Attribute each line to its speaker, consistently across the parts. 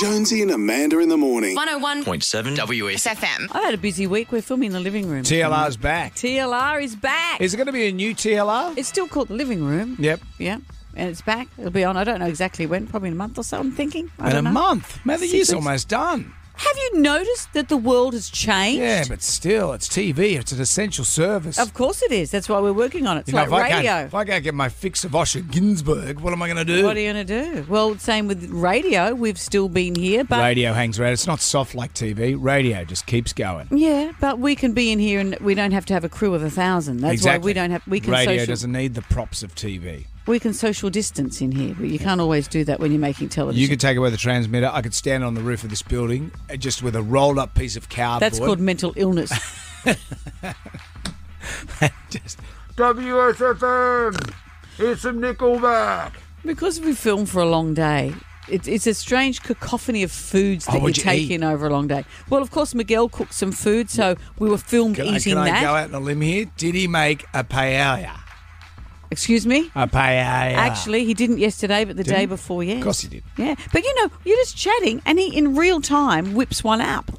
Speaker 1: Jonesy and Amanda in the morning.
Speaker 2: 101
Speaker 3: 101.7 WS.
Speaker 2: FM.
Speaker 4: I've had a busy week. We're filming in the living room.
Speaker 5: TLR's back.
Speaker 4: TLR is back.
Speaker 5: Is it going to be a new TLR?
Speaker 4: it's still called the living room.
Speaker 5: Yep.
Speaker 4: Yeah. And it's back. It'll be on. I don't know exactly when. Probably in a month or so. I'm thinking. I
Speaker 5: In a
Speaker 4: don't know.
Speaker 5: month. Man, the
Speaker 4: Six
Speaker 5: year's
Speaker 4: weeks.
Speaker 5: almost done.
Speaker 4: Have you noticed that the world has changed?
Speaker 5: Yeah, but still, it's TV. It's an essential service.
Speaker 4: Of course it is. That's why we're working on it. It's
Speaker 5: You know,
Speaker 4: like
Speaker 5: if, I can't,
Speaker 4: radio.
Speaker 5: if I can't get my fix of Osher Ginsburg, what am I going to do?
Speaker 4: What are you going to do? Well, same with radio. We've still been here, but
Speaker 5: radio hangs around. It's not soft like TV. Radio just keeps going.
Speaker 4: yeah, but we can be in here and we don't have to have a crew of a thousand. That's
Speaker 5: exactly.
Speaker 4: why we don't have we can
Speaker 5: radio
Speaker 4: social
Speaker 5: doesn't need the props of TV.
Speaker 4: we can social distance in here, but you can't always do that when you're making television.
Speaker 5: You could take away the transmitter. I could stand on the roof of this building uh, just with a rolled up piece of cardboard.
Speaker 4: That's called mental illness.
Speaker 5: just WSFM. Here's some Nickelback.
Speaker 4: Because we film for a long day, it's, it's a strange cacophony of foods
Speaker 5: Oh,
Speaker 4: that you
Speaker 5: what'd you
Speaker 4: take
Speaker 5: eat?
Speaker 4: in over a long day. Well, of course, Miguel cooked some food, so we were filmed
Speaker 5: Can, I,
Speaker 4: eating
Speaker 5: can I
Speaker 4: that.
Speaker 5: go out on a limb here? Did he make a paella?
Speaker 4: Excuse me?
Speaker 5: A paella.
Speaker 4: Actually, he didn't yesterday, but the day
Speaker 5: Didn't?
Speaker 4: before, yes.
Speaker 5: Of course he did.
Speaker 4: Yeah. But you know, you're just chatting, and he, in real time, whips one up.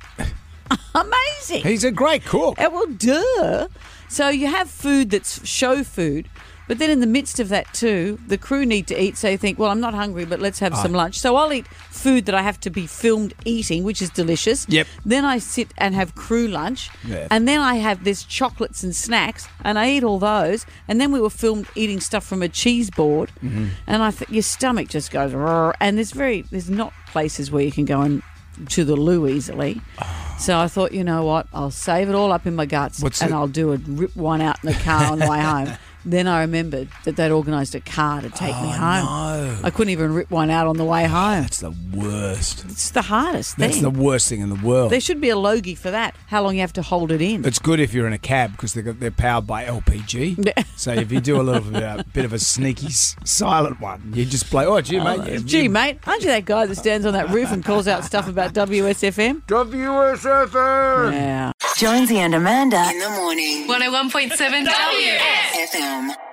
Speaker 4: Amazing.
Speaker 5: He's a great cook.
Speaker 4: Uh, well, duh. So you have food that's show food, but then in the midst of that too, the crew need to eat. So you think, well, I'm not hungry, but let's have some lunch. So I'll eat food that I have to be filmed eating, which is delicious.
Speaker 5: Yep.
Speaker 4: Then I sit and have crew lunch,
Speaker 5: Yeah.
Speaker 4: and then I have this chocolates and snacks, and I eat all those. And then we were filmed eating stuff from a cheese board,
Speaker 5: Mm-hmm.
Speaker 4: and I think your stomach just goes. "Rrr," And there's very there's not places where you can go and to the loo easily. So I thought, you know what? I'll save it all up in my guts
Speaker 5: What's
Speaker 4: and
Speaker 5: the-
Speaker 4: I'll do a rip one out in the car on the way home. Then I remembered that they'd organised a car to take me home. I couldn't even rip one out on the way home.
Speaker 5: Oh, That's the worst.
Speaker 4: It's the hardest
Speaker 5: That's
Speaker 4: thing.
Speaker 5: the worst thing in the world.
Speaker 4: there should be a logie for that. How long you have to hold it in?
Speaker 5: It's good if you're in a cab because they're, they're powered by LPG. so if you do a little bit, a bit of a sneaky s- silent one, you just play, oh, gee, mate. you-
Speaker 4: Uh, Gee,
Speaker 5: you-
Speaker 4: mate, aren't you that guy that stands on that roof and calls out stuff about WSFM?
Speaker 5: WSFM.
Speaker 4: Yeah.
Speaker 6: Jonesy and Amanda.
Speaker 7: In the morning.
Speaker 2: 101.7 WS.
Speaker 7: FM.